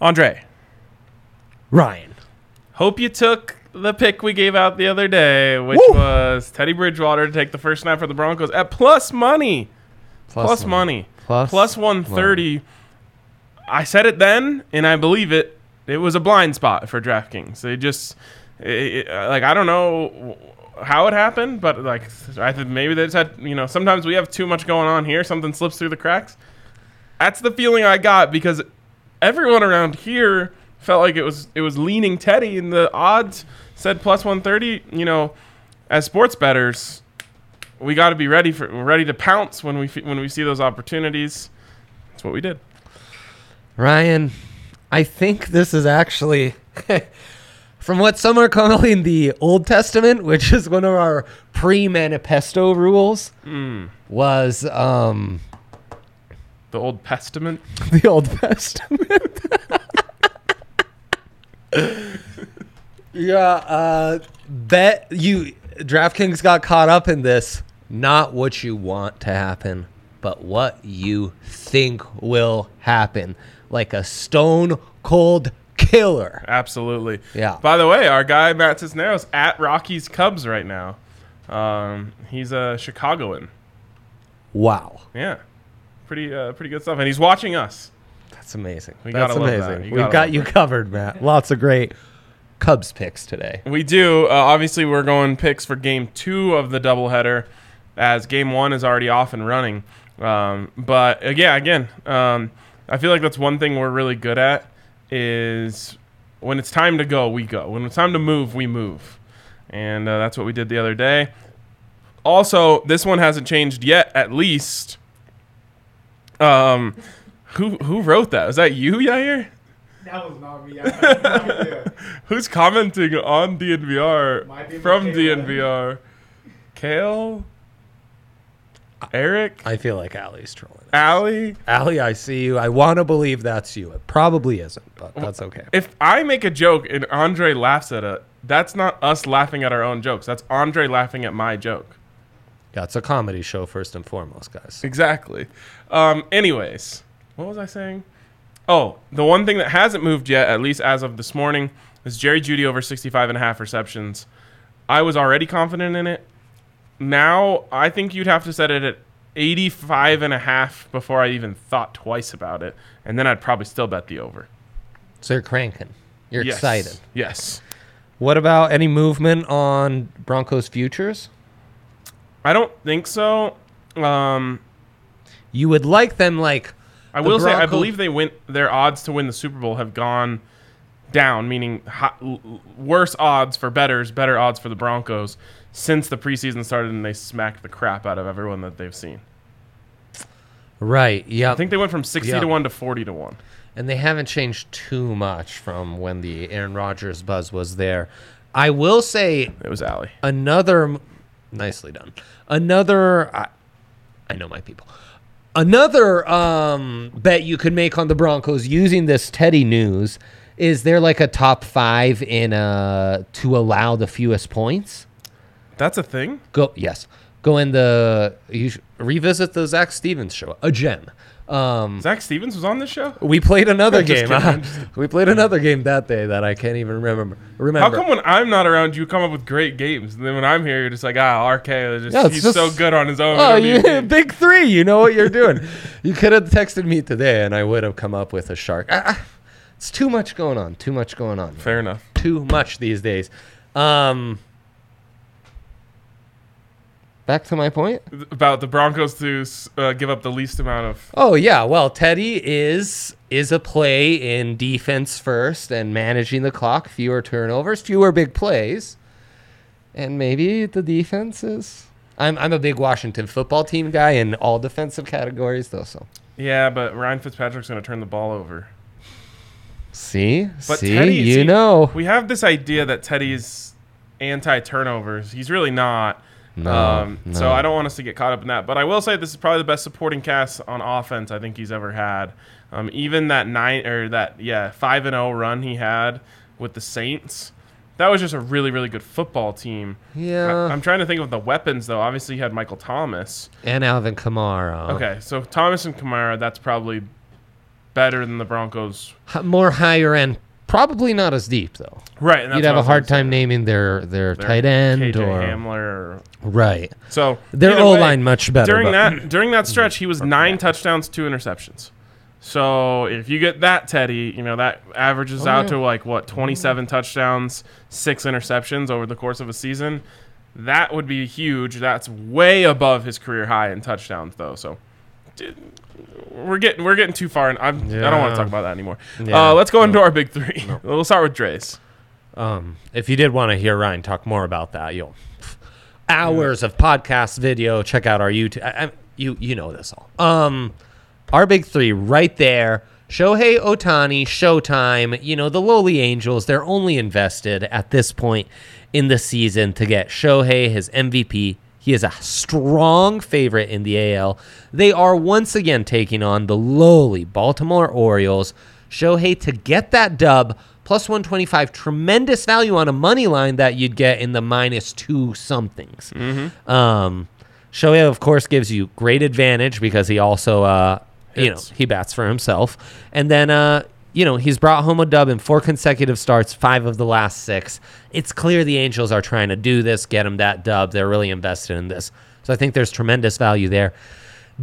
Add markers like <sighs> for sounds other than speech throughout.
Andre, Ryan. hope you took the pick we gave out the other day, which Woo! was Teddy Bridgewater to take the first snap for the Broncos at plus money. Plus, plus money. Plus, plus 130. I said it then, and I believe it. It was a blind spot for DraftKings. They just, it, it- like, I don't know how it happened, but, like, I think maybe they just had, you know, sometimes we have too much going on here. Something slips through the cracks. That's the feeling I got because everyone around here felt like it was it was leaning Teddy, and the odds said plus 130. You know, as sports betters, we got to be ready for we're ready to pounce when we fe- when we see those opportunities. That's what we did. Ryan, I think this is actually <laughs> from what some are calling the Old Testament, which is one of our pre-manifesto rules, Hmm. was um, The Old Testament. <laughs> the Old Testament. <laughs> yeah, uh, bet you DraftKings got caught up in this. Not what you want to happen, but what you think will happen, like a stone cold killer. Absolutely. Yeah. By the way, our guy Matt Cisneros at Rockies Cubs right now. Um, he's a Chicagoan. Wow, Yeah. Pretty uh, pretty good stuff, and he's watching us. that's amazing. We that's gotta love that. amazing. You We've gotta got love you covered, Matt. Lots of great Cubs picks today. We do. Uh, obviously, we're going picks for game two of the doubleheader, as game one is already off and running. Um, but uh, yeah, again, um, I feel like that's one thing we're really good at is when it's time to go, we go. When it's time to move, we move, and uh, that's what we did the other day. Also, this one hasn't changed yet, at least. Um, who who wrote that? Was that you, Yair? That was not me. I had no idea. Who's commenting on DNVR Might be from Michaela. DNVR? Kale, Eric, I feel like Allie's trolling. Allie. Allie, I see you. I want to believe that's you. It probably isn't, but that's okay. If I make a joke and Andre laughs at it, that's not us laughing at our own jokes. That's Andre laughing at my joke. Yeah, it's a comedy show first and foremost, guys. Exactly. Um, anyways, what was I saying? Oh, the one thing that hasn't moved yet, at least as of this morning, is Jerry Judy over 65 and a half receptions. I was already confident in it. Now, I think you'd have to set it at 85 and a half before I even thought twice about it. And then I'd probably still bet the over. So you're cranking. You're Yes. excited. Yes. What about any movement on Broncos futures? I don't think so. Um, You would like them like I The will say I Bronco- believe they went their odds to win the Super Bowl have gone down, meaning ho- l- l- worse odds for betters, better odds for the Broncos since the preseason started and they smacked the crap out of everyone that they've seen. right, yeah, I think they went from 60 Yeah. to 1 to 40 to 1. and they haven't changed too much from when the Aaron Rodgers buzz was there. I will say It was Allie. another m- nicely done another I, I know my people another um bet you could make on the broncos using this teddy news is they're like a top five in uh to allow the fewest points That's a thing? go yes go in the you sh- revisit the zach stevens show again um Zach Stevens was on this show? we played <laughs> another Just game. kidding, I'm we played another game that day that I can't even remember. Remember? How come when I'm not around, you come up with great games, and then when I'm here, you're just like, ah, RK, just, Yeah, it's he's just- so good on his own. Oh, I don't need you, him. <laughs> big three. You know what <laughs> you're doing. you could have texted me today, and I would have come up with a shark. Ah, ah, it's too much going on. Too much going on. Fair enough. Too much these days. Um, back to my point. About the Broncos to uh, give up the least amount of Oh yeah. Well, Teddy is is a play in defense first and managing the clock. Fewer turnovers. Fewer big plays. And maybe the defense is. I'm, I'm a big Washington football team guy in all defensive categories, though. So Yeah, but Ryan Fitzpatrick's going to turn the ball over. See, But see, Teddy, you see, know, We have this idea that Teddy's anti turnovers. He's really not. Um, No, So no. I don't want us to get caught up in that. But I will say this is probably the best supporting cast on offense I think he's ever had. Um, even that nine or that yeah five and zero run he had with the Saints, that was just a really really good football team. Yeah. I, am trying to think of the weapons though. Obviously he had Michael Thomas. and Alvin Kamara. Okay, so Thomas and Kamara, that's probably better than the Broncos. H- more higher end. Probably not as deep though. Right, and that's You'd have what I a was hard gonna time naming their their, say. tight end KJ or Hamler. Or, right. so Their either O way, line much better. during but- that during that stretch, he was nine touchdowns, two interceptions. So if you get that Teddy, you know that averages Oh, out to like what twenty seven touchdowns, six interceptions over the course of a season. That would be huge. That's way above his career high in touchdowns, though. So d- we're getting we're getting too far, and I'm, I don't want Yeah. to talk about that anymore. Yeah. Uh, let's go into our big three. We'll start with Dre's. Um, if you did want to hear Ryan talk more about that, you'll hours of podcast video. Check out our YouTube. I, I, you you know this all. Um, our big three right there. Shohei Otani, Showtime, you know, the lowly angels, they're only invested at this point in the season to get Shohei his MVP. He is a strong favorite in the AL. They are once again taking on the lowly Baltimore Orioles. Shohei to get that dub plus 125 tremendous value on a money line that you'd get in the minus two somethings um, Shohei of course gives you great advantage because he also uh, you know Hits. he bats for himself and then uh, you know he's brought home a dub in four consecutive starts five of the last six it's clear the angels are trying to do this get him that dub they're really invested in this so i think there's tremendous value there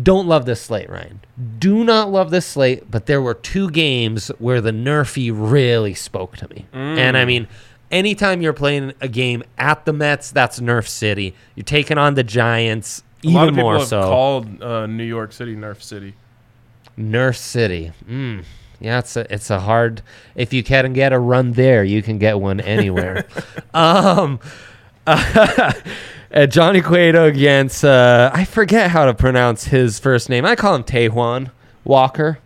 don't love this slate, Ryan. Do not love this slate, but there were two games where the Nerfy really spoke to me. Mm. And I mean, anytime you're playing a game at the Mets, that's Nerf City. You're taking on the Giants, a lot of even people more have so. called uh, New York City Nerf City. Nerf City. Mm. Yeah, it's a it's a hard. If you can get a run there, you can get one anywhere. um, <laughs> uh, Johnny Cueto against uh, I forget how to pronounce his first name. I call him Tejuan Walker.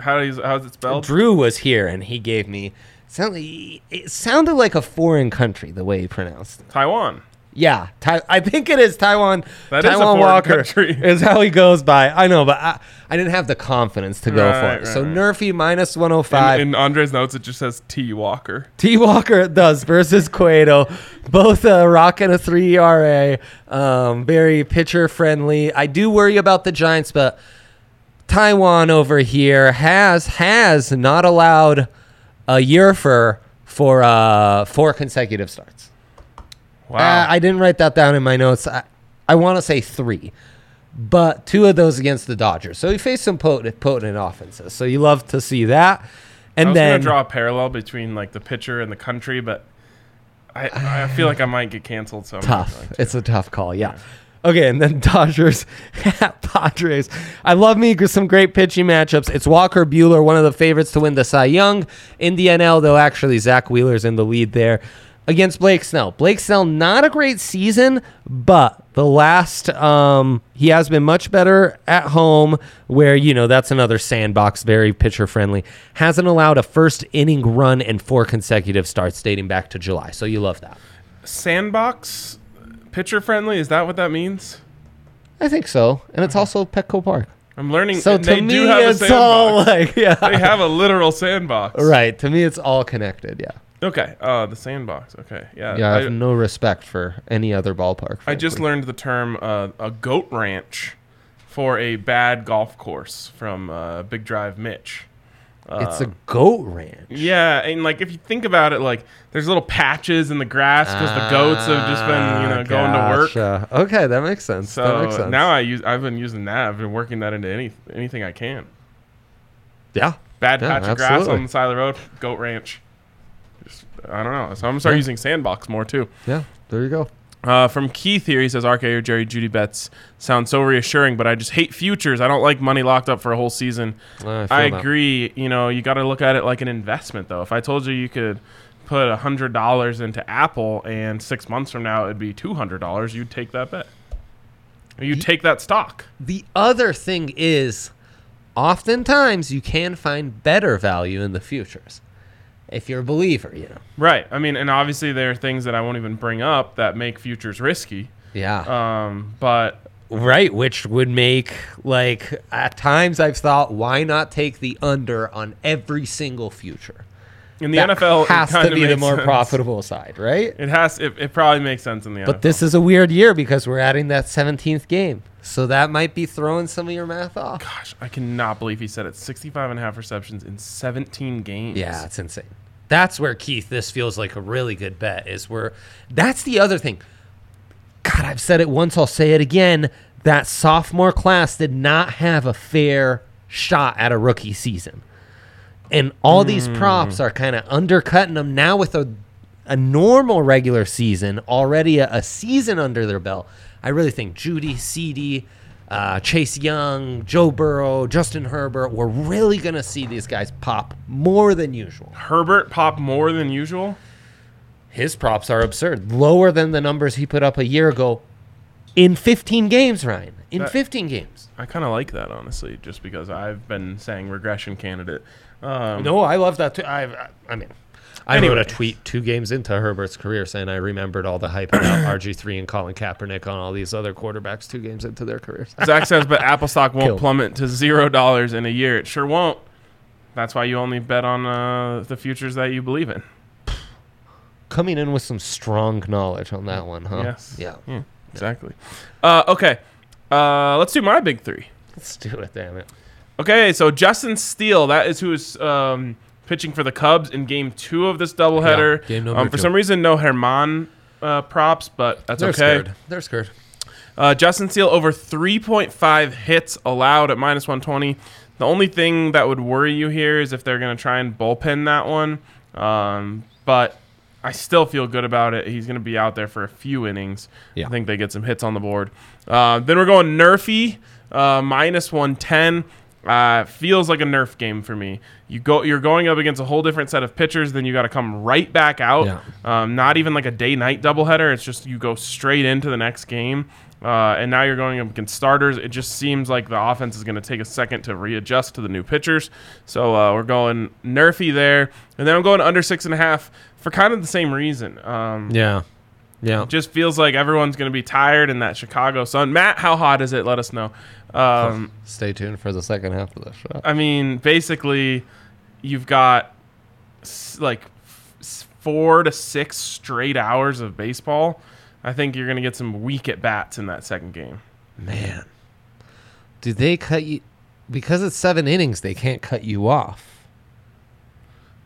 How is how's it spelled? Drew was here and he gave me. sound- It sounded like a foreign country the way he pronounced it. Taiwan. Yeah, Ty- I think it is Taiwan. That is a Taiwan foreign Walker country. <laughs> is how he goes by. I know, but I, I didn't have the confidence to go Right, for right, it. so right. Nerfy minus one hundred In, five. in Andre's notes, it just says T Walker. T Walker <laughs> does versus Cueto, both uh, rocking a three ERA, um, very pitcher friendly. I do worry about the Giants, but Taiwan over here has has not allowed a year for for uh, four consecutive starts. Uh, Wow. I didn't write that down in my notes. I, I want to say three, but two of those against the Dodgers. So he faced some potent, potent offenses. So you love to see that. And I was then gonna draw a parallel between like the pitcher and the country, but I, I feel like I might get canceled. So I'm not tough. going to. It's a tough call. Yeah. Okay, and then <laughs> Dodgers at Padres. I love me some great pitching matchups. It's Walker Bueller, one of the favorites to win the Cy Young in the NL, though actually Zach Wheeler's in the lead there against Blake Snell. Blake Snell, not a great season, but the last um, he has been much better at home, where you know that's another sandbox, very pitcher friendly. Hasn't allowed a first inning run and four consecutive starts dating back to July. So you love that. Sandbox pitcher friendly. Is that what that means? I think so, and it's also Petco Park. I'm learning. Uh-huh. So and they to me, do have a it's all sandbox. <laughs> like they yeah, have a literal sandbox. <laughs> right. To me, it's all connected. Yeah, Okay. Uh, the sandbox. Okay. Yeah. yeah. I, Uh, I, have no respect for any other ballpark. I just frankly. learned the term uh, a goat ranch for a bad golf course from uh, Big Drive Mitch. it's a goat ranch. Yeah, and like if you think about it, like there's little patches in the grass because the goats have just been you know going to work. to work. Ah, Okay, that makes sense. that makes So sense. now I use I've been using that. I've been working that into any anything I can. yeah, Bad Yeah, patch of grass absolutely. on the side of the road, goat ranch. Just, I don't know. So I'm gonna start Yeah. using sandbox more too. yeah. There you go. Uh, from Keith here, he says RK or Jerry Judy bets sound so reassuring, but I just hate futures. I don't like money locked up for a whole season. I, feel I that. agree. You know, you got to look at it like an investment, though. If I told you you could put a hundred dollars into Apple and six months from now it'd be two hundred dollars, you'd take that bet. You'd take that stock. The other thing is, oftentimes you can find better value in the futures if you're a believer. You know. Right. I mean, and obviously there are things that I won't even bring up that make futures risky. Yeah. Um, but Right, which would make like at times I've thought, why not take the under on every single future? in the that NFL it has to kinda be the makes more sense. profitable side, right? It has. It, it probably makes sense in the NFL. But this is a weird year because we're adding that 17th game. So that might be throwing some of your math off. Gosh, I cannot believe he said it. 65 and a half receptions in 17 games. Yeah, it's insane. That's where Keith, this feels like a really good bet. Is where that's the other thing. God, I've said it once. I'll say it again. That sophomore class did not have a fair shot at a rookie season, and all these props are kind of undercutting them now with a a normal regular season already a, a season under their belt. I really think Judy, CD, uh, Chase Young, Joe Burrow, Justin Herbert, we're really gonna see these guys pop more than usual. Herbert popped more than usual. His props are absurd, lower than the numbers he put up a year ago in 15 games, Ryan. In That- 15 games. I kind of like that honestly, just because I've been saying regression candidate. Um, No, I love that too. I, I mean, I Anyway. wrote a tweet two games into Herbert's career saying I remembered all the hype <coughs> about RG3 and Colin Kaepernick on all these other quarterbacks two games into their careers. Zach says, but Apple stock won't Killed. plummet to zero dollars in a year. It sure won't. That's why you only bet on uh, the futures that you believe in. Coming in with some strong knowledge on that one, huh? Yes. Yeah. Yeah, exactly. Uh, okay, uh, let's do my big three. Let's do it, damn it. Okay, so Justin Steele, that is who is um, pitching for the Cubs in Game Two of this doubleheader. Yeah, game number um, for two. some reason, no Herman uh, props, but that's They're okay. scared. They're scared. Uh, Justin Steele over 3.5 hits allowed at minus 120. The only thing that would worry you here is if they're going to try and bullpen that one. Um, but I still feel good about it. He's going to be out there for a few innings. Yeah. I think they get some hits on the board. Uh, then we're going Nerfy uh, minus 110. Uh, feels like a nerf game for me. You go, you're going up against a whole different set of pitchers. Then you got to come right back out. Yeah. Um, not even like a day night doubleheader. It's just you go straight into the next game. Uh, and now you're going up against starters. It just seems like the offense is going to take a second to readjust to the new pitchers. So uh, we're going Nerfy there. And then I'm going under six and a half for kind of the same reason. Um, Yeah. Yeah. Just feels like everyone's going to be tired in that Chicago sun. Matt, how hot is it? Let us know. Um, Stay tuned for the second half of the show. I mean, basically, you've got s- like f- s- four to six straight hours of baseball. I think you're going to get some weak at bats in that second game. Man, do they cut you because it's seven innings? They can't cut you off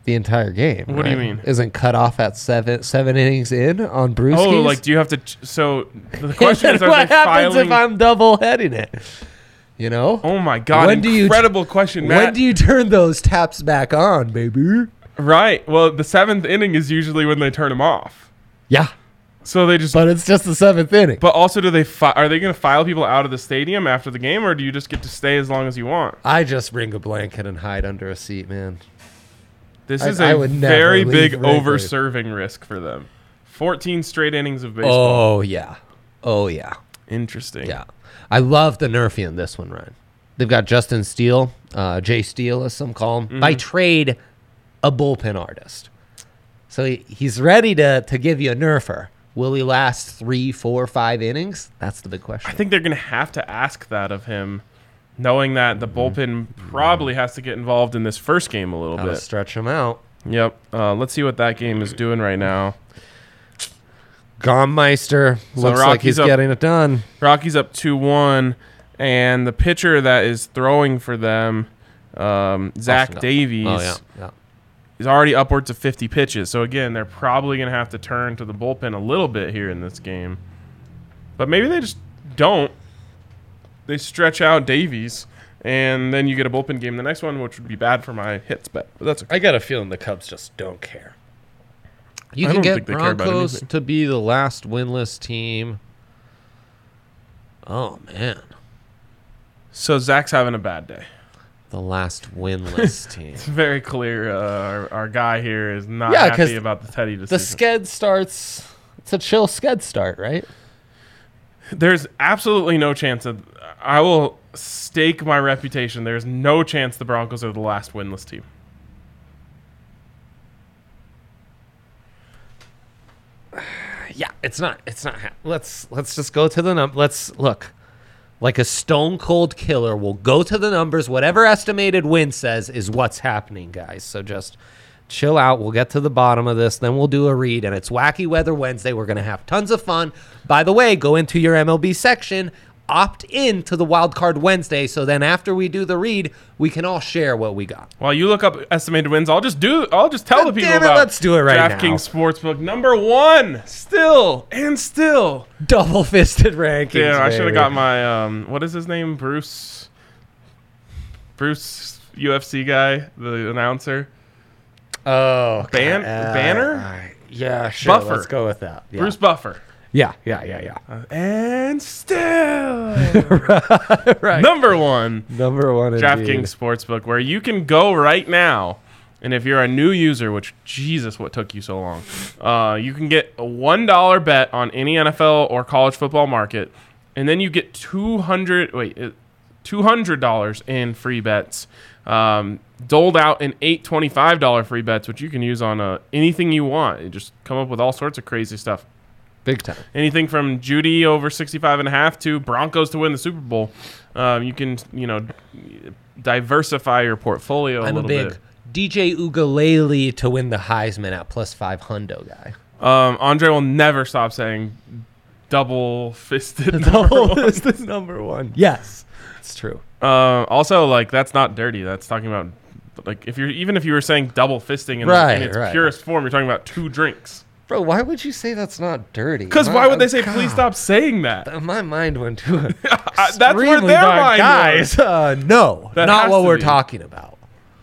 the entire game. What do you right? mean? Isn't cut off at seven seven innings in on Bruce? Oh, <laughs> like do you have to? Ch- so the question is, are what they happens filing? if I'm double heading it? You know, oh my god! When do you- incredible question, Matt. when do you turn those taps back on, baby? right. Well, the seventh inning is usually when they turn them off. Yeah, So they just. But, but it's just the seventh inning. also, do they fi- are they going to file people out of the stadium after the game, or do you just get to stay as long as you want? I just bring a blanket and hide under a seat, man. This I- is I a would never very leave big Wrigley. over serving risk for them. 14 straight innings of baseball. Oh yeah, oh yeah. Interesting. Yeah. I love the Nerfy in this one, Ryan. They've got Justin Steele, uh, Jay Steele, as some call him, Mm-hmm. by trade, a bullpen artist. So he, he's ready to, to give you a nerfer. Will he last three, four, five innings? That's the big I question. think they're going to have to ask that of him, knowing that Mm-hmm. the bullpen probably has to get involved in this first game a little Gotta bit. stretch him out. Yep. Uh, let's see what that game is doing right now. Gommeister looks like Rockies he's up- getting it done. Rockies up 2 1, and the pitcher that is throwing for them, um, Zach Austin Gall- Davies, Oh, yeah. yeah. is already upwards of 50 pitches. So, again, they're probably going to have to turn to the bullpen a little bit here in this game. But maybe they just don't. They stretch out Davies, and then you get a bullpen game the next one, which would be bad for my hits bet. But that's okay. I got a feeling the Cubs just don't care. You I can don't get think they care about Broncos anything. to be the last winless team. Oh, man. So, Zach's having a bad day. <laughs> The last <laughs> winless team. It's very clear uh, our, our guy here is not Yeah, 'cause happy about the Teddy The decision. sked starts. It's a chill sked start, right? There's absolutely no chance that I will stake my reputation. There's no chance the Broncos are the last winless team. Yeah, it's not. It's not. hap- Let's let's just go to the num. Let's look. Like a stone cold killer, we'll go to the numbers. Whatever estimated win says is what's happening, guys. So just chill out. We'll get to the bottom of this. Then we'll do a read. And it's Wacky Weather Wednesday. We're going to have tons of fun. By the way, go into your MLB section, opt in to the Wild Card Wednesday. So then after we do the read, we can all share what we got. While you look up estimated wins, I'll just do. I'll just tell God the people damn it, about. let's do it right now. DraftKings Sportsbook number one, still and still. Double fisted rankings. Damn, I should have baby. got my um. What is his name? Bruce. Bruce UFC guy, the announcer. Oh, God, Ban- banner? I- yeah, sure. Buffer. Let's go with that. Yeah. Bruce Buffer. Yeah, yeah, yeah, yeah. Uh, and still <laughs> right. number one. Number one. indeed. DraftKings Sportsbook, where you can go right now. And if you're a new user, which Jesus, what took you so long? Uh, you can get a one dollar bet on any NFL or college football market, and then you get two hundred wait two hundred dollars in free bets, um, doled out in eight twenty five dollar free bets, which you can use on uh, anything you want. You just come up with all sorts of crazy stuff Big time. anything from Judy over 65 and a half to Broncos to win the Super Bowl. Um, you can, you know, diversify your portfolio a I'm a little big bit. DJ Ugalele to win the Heisman at plus five <laughs> hundo guy. Um, Andre will never stop saying double <laughs> fisted. Double is the number one. Yes, it's true. Uh, also, like that's not dirty. That's talking about like if you're even if you were saying double fisting in, the- Right, in its right. purest form, you're talking about two drinks. Bro, why would you say that's not dirty? Because My- oh, why would they say God, please stop saying that? My mind went to it. I- <laughs> that's where their mind was. guys. Uh, no, That not has what to we're be. talking about.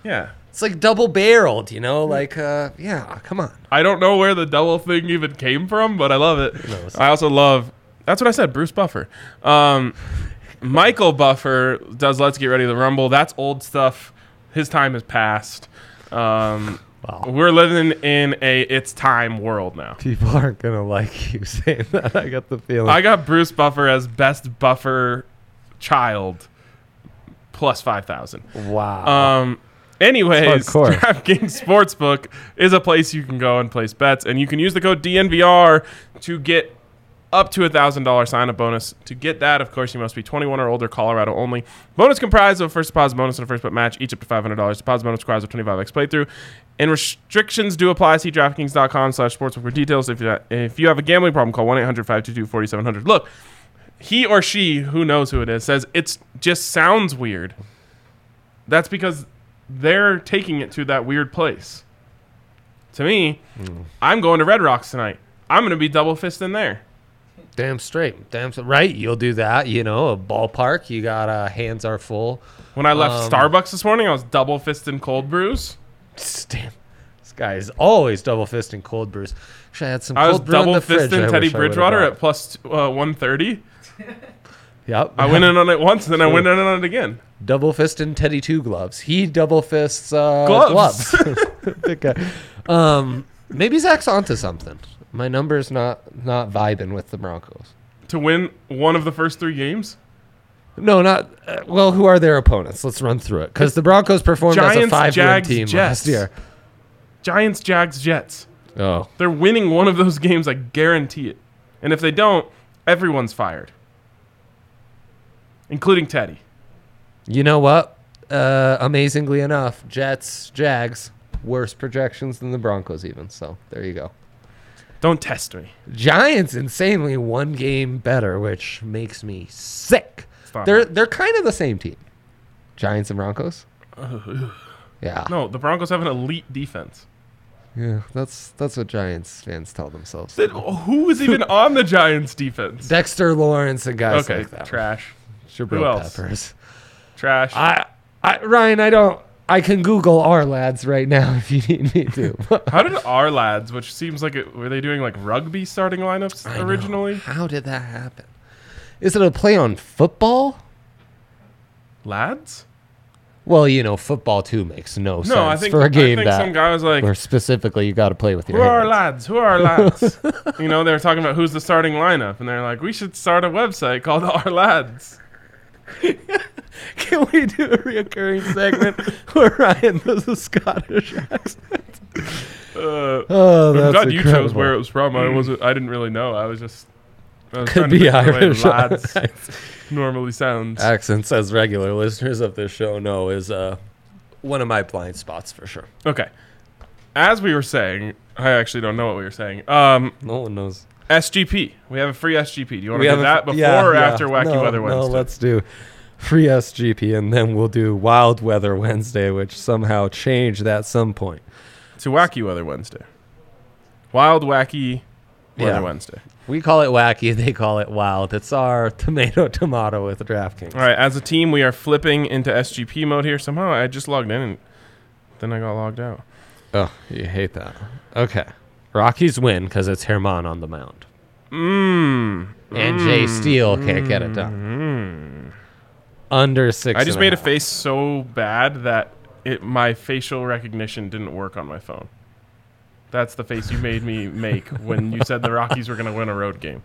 Yeah. It's like double barreled, you know? Like, uh, yeah, come on. I don't know where the double thing even came from, but I love it. No, it's- I also love. That's what I said, Bruce Buffer. Um, Michael Buffer does Let's Get Ready to Rumble. That's old stuff. His time has passed. Um, Wow. We're living in a it's time world now. People aren't gonna like <laughs> you saying that. I got the feeling. I got Bruce Buffer as best buffer child plus 5,000. wow. Um, anyways, Hardcore. DraftKings Sportsbook is a place you can go and place bets, and you can use the code DNVR to get up to a thousand dollar sign up bonus. To get that, of course, you must be 21 or older, Colorado only. Bonus comprised of a first deposit bonus and a first bet match, each up to $500. Deposit bonus requires a 25x playthrough, and restrictions do apply. See DraftKings.com/sportsbook for details. If you if you have a gambling problem, call 1-800-522-4700. Look. He or she, who knows who it is, says it's just sounds weird. That's because they're taking it to that weird place. To me, Hmm. I'm going to Red Rocks tonight. I'm going to be double fisting there. damn straight. Damn straight. Right? You'll do that. You know, a ballpark. You got uh, hands are full. When I left Um, Starbucks this morning, I was double fisting cold brews. Psst, Damn. This guy is always double fisting cold brews. Actually, I had some I was cold brew in double the fridge I fisting Teddy wish I would've Bridgewater bought. at plus uh, 130. Yep. I <laughs> went in on it once, then I went in on it again. double fisting Teddy two gloves. He double fists uh, Gloves. gloves. <laughs> Big guy. Um, maybe Zach's onto something. My number's not not vibing with the Broncos. <laughs> To win one of the first three games, No, not uh, well. Who are their opponents? Let's run through it because the Broncos performed as a Giants, five-win Jags, team Jets. last year. Giants, Jags, Jets. Oh, They're winning one of those <laughs> games, I guarantee it. And if they don't, everyone's fired, including Teddy. you know what? Uh, amazingly enough, Jets, Jags, worse projections than the Broncos even. So there you go. Don't test me. Giants insanely one game better, which makes me sick. Stop. They're they're kind of the same team. Giants and <sighs> Broncos. Yeah. No, the Broncos have an elite defense. Yeah, that's that's what Giants fans tell themselves. Then Who is <laughs> even on the Giants defense? Dexter Lawrence and guys Okay, like that. trash. Jabril Who else? Peppers. Trash. I, I Ryan, I don't. I can Google our lads right now if you need me <laughs> to. How did our lads, which seems like it, were they doing like rugby starting lineups I know. originally? how did that happen? Is it a play on football? Lads? Well, you know, football too makes no, sense No, I think, for a game I think that some guy was like, where specifically you got to play with your Who are our hands. <laughs> lads? Who are our <laughs> lads? you know, they were talking about who's the starting lineup, and they're like, we should start a website called <laughs> Our Lads. Can we do a reoccurring <laughs> segment where Ryan does a Scottish accent? Uh, Oh, I'm that's glad you incredible. Mm. chose where it was from. I wasn't. I didn't really know. I was just. I was trying could to be think of the way Irish. <laughs> Lads normally sounds. Accents, as regular listeners of this show know, is uh, one of my blind spots for sure. Okay. as we were saying, I actually don't know what we were saying. Um, No one knows. SGP. We have a free SGP. Do you want to have do a- that before yeah, or yeah. after Wacky No, Weather Wednesday? No, let's do free SGP, and then we'll do Wild Weather Wednesday, which somehow changed at some point. to Wacky Weather Wednesday. Wild Wacky Weather Yeah. Wednesday. We call it wacky, they call it wild. It's our tomato <laughs> tomato with DraftKings. All right, as a team, we are flipping into SGP mode here. Somehow I just logged in and then I got logged out. Oh, you hate that. Okay. Rockies win because it's Herman on the mound. Mmm. And Jay Steele can't get it done. Mm-hmm. Under six. I just and made a half. face so bad that it my facial recognition didn't work on my phone. That's the face you made me make when you said the Rockies were going to win a road game.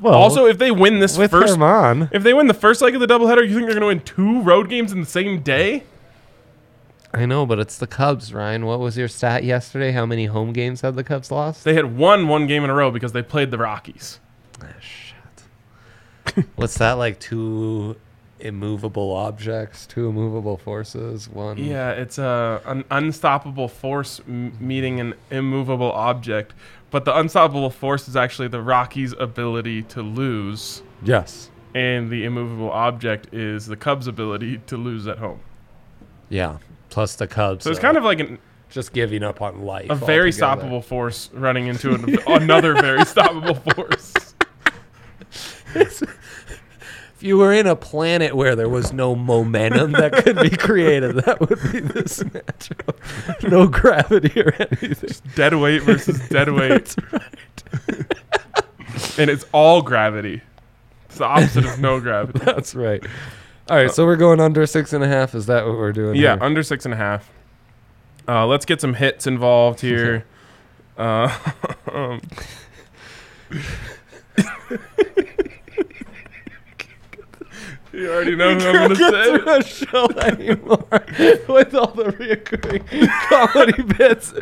Well, Also, if they win this with first Herman, If they win the first leg of the doubleheader, you think they're going to win two road games in the same day? I know, but it's the Cubs, Ryan. What was your stat yesterday? How many home games had the Cubs lost? They had won one game in a row because they played the Rockies. Ah, <laughs> What's that like? Two immovable objects, two immovable forces, one. Yeah, it's a an unstoppable force m- meeting an immovable object, but the unstoppable force is actually the Rockies' ability to lose, Yes. and the immovable object is the Cubs' ability to lose at home. Yeah. Plus the Cubs. So it's kind of like an, just giving up on life. a very altogether. stoppable force running into <laughs> an, <laughs> another very stoppable force. If you were in a planet where there was no momentum that could be created, that would be this natural. No gravity or anything. Dead weight <laughs> versus dead weight. That's right. <laughs> and it's all gravity. It's the opposite of no <laughs> gravity. That's right. All right, so we're going under six and a half. Is that what we're doing? Yeah, here? under six and a half. Uh, let's get some hits <laughs> involved here. Uh, <laughs> um, you already know who I'm Can't do gonna a show anymore <laughs> with all the reoccurring <laughs> comedy bits.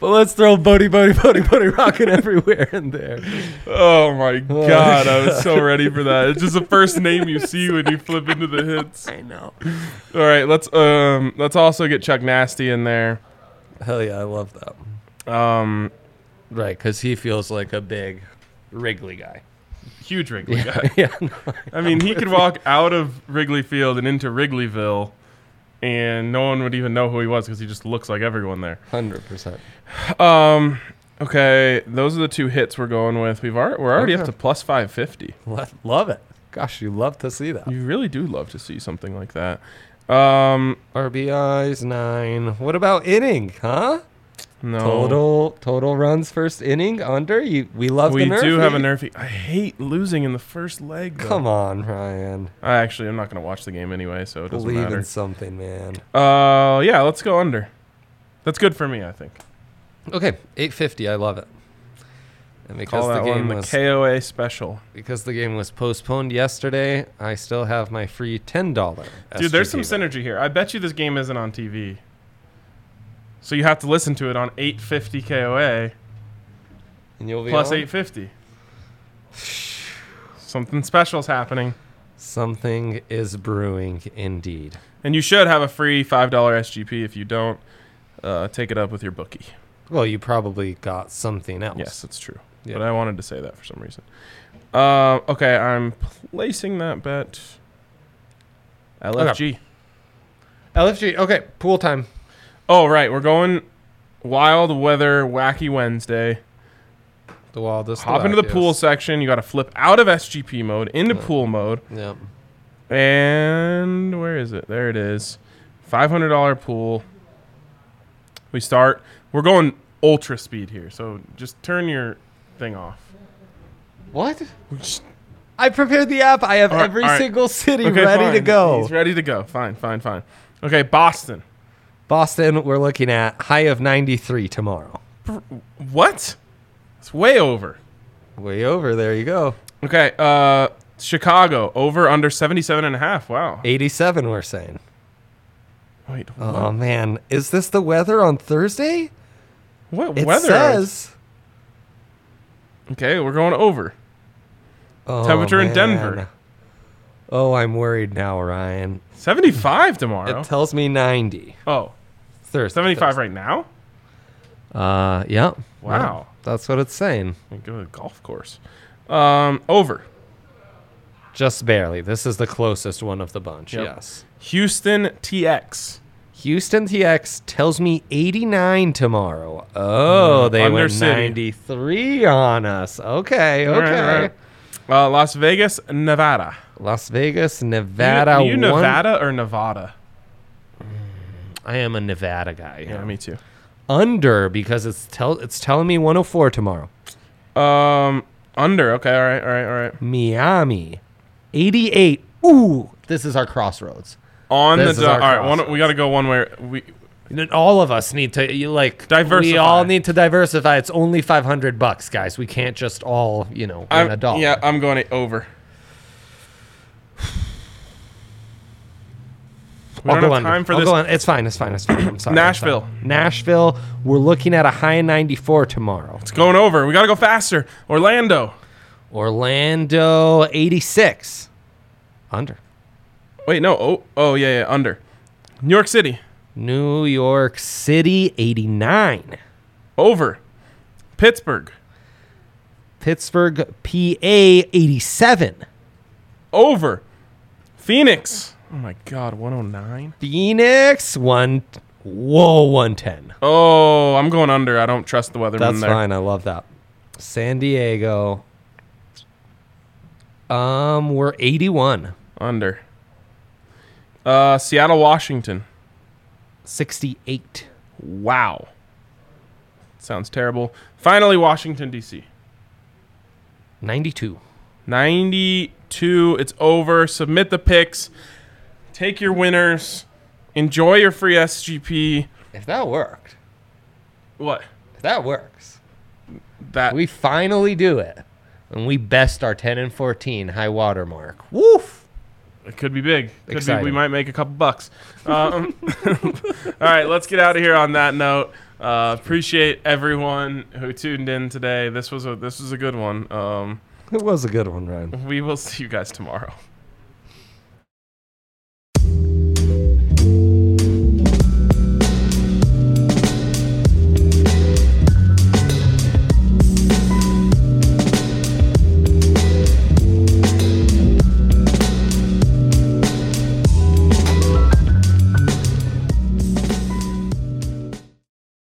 But let's throw Bodie, Bodie, Bodie, Bodie rocking everywhere in there. say. Oh <laughs> my god, I was so ready for that. It's just the first name you see when you flip into the hits. I know. All right, let's um, let's also get Chuck Nasty in there. Hell yeah, I love that. Um, Right, because he feels like a big Wrigley guy. huge Wrigley guy. <laughs> yeah, no, I mean, he could walk out of Wrigley Field and into Wrigleyville, and no one would even know who he was because he just looks like everyone there. hundred percent. Um, okay, those are the two hits we're going with. We've already, we're already up Okay. to plus five fifty. Love it. Gosh, you love to see that. You really do love to see something like that. Um, RBIs nine. What about inning? Huh? no, Total total runs first inning under. You we love. we the nerf do have a league. nerfy. I hate losing in the first leg. Though. Come on, Ryan. I actually, I'm not going to watch the game anyway, so it doesn't Believe in matter. something, man. Uh, yeah, let's go under. That's good for me, I think. Okay, eight fifty. I love it. And because Call the that game one the was KOA special. because the game was postponed yesterday, I still have my free ten dollar. Dude, there's some synergy here. I bet you this game isn't on TV. So you have to listen to it on 850 KOA and you'll be plus on? 850. Something special's happening. Something is brewing indeed. And you should have a free $5 SGP. If you don't, uh, take it up with your bookie. Well, you probably got something else. Yes, that's true. Yeah. But I wanted to say that for some reason. Uh, okay, I'm placing that bet. LFG. LFG. Okay, pool time. Oh, right. We're going wild weather, wacky Wednesday. The wildest. Hop into the pool section. You got to flip out of SGP mode into Yeah. pool mode. Yep. And where is it? There it is. $500 pool. We start. We're going ultra speed here. So just turn your thing off. What? We're just- I prepared the app. I have All right, every all right. single city okay, ready to fine. go. He's ready to go. Fine, fine, fine. Okay, Boston. Boston, we're looking at high of 93 tomorrow. What? It's way over. Way over. There you go. Okay, uh Chicago over under 77 and a half. Wow. 87, we're saying. Wait, what, Oh, man. Is this the weather on Thursday? what It weather? says. Okay, we're going over. Oh, Temperature in Denver. man. Oh, I'm worried now, Ryan. 75 tomorrow. It tells me 90. oh, Thursday. 75 right now? Uh, yeah. Wow. That's what it's saying. Like, Go to the golf course. Um, over. Just barely. This is the closest one of the bunch. Yep. Yes. Houston TX. Houston TX tells me 89 tomorrow. Oh, they Mm-hmm. Under went city. 93 on us. Okay, All okay. right, all right. Uh, Las Vegas, Nevada. Las Vegas, Nevada. You, you one- Nevada or Nevada? I am a Nevada guy. Yeah, me too. Under because it's tell it's telling me 104 tomorrow. Um, under. Okay. All right. All right. All right. Miami, 88. Ooh, this is our crossroads. On This the is do- all our right. One, process. we got to go one way. We N- All of us need to you like Diversify. We all need to diversify. It's only 500 bucks, guys. We can't just all you know I'm, win a dollar. Yeah, I'm going to over. We I'll don't go have under. time for I'll this. go on. It's fine. It's fine. It's fine. I'm sorry. I'm sorry. Nashville. Nashville. We're looking at a high 94 tomorrow. It's going over. We got to go faster. Orlando. Orlando 86. Under. Wait, no. Oh, oh yeah, yeah. Under. New York City. New York City 89. Over. Pittsburgh. Pittsburgh PA 87. Over. Phoenix. Oh my God, 109. Phoenix 1 Whoa 110. Oh, I'm going under. I don't trust the weatherman That's there. fine. I love that. San Diego um we're 81. Under. Uh, Seattle, Washington. 68. Wow. Sounds terrible. Finally, Washington D.C. 92. 92. It's over. Submit the picks. Take your winners. Enjoy your free SGP. If that worked. What? If that works. That We finally do it. And we best our 10 and 14 high water mark. Woof. it could be big. Could be, we Exciting. might make a couple bucks. Um, <laughs> all right, let's get out of here on that note. Uh, appreciate everyone who tuned in today. This was a this was a good one. Um, It was a good one, Ryan. we will see you guys tomorrow.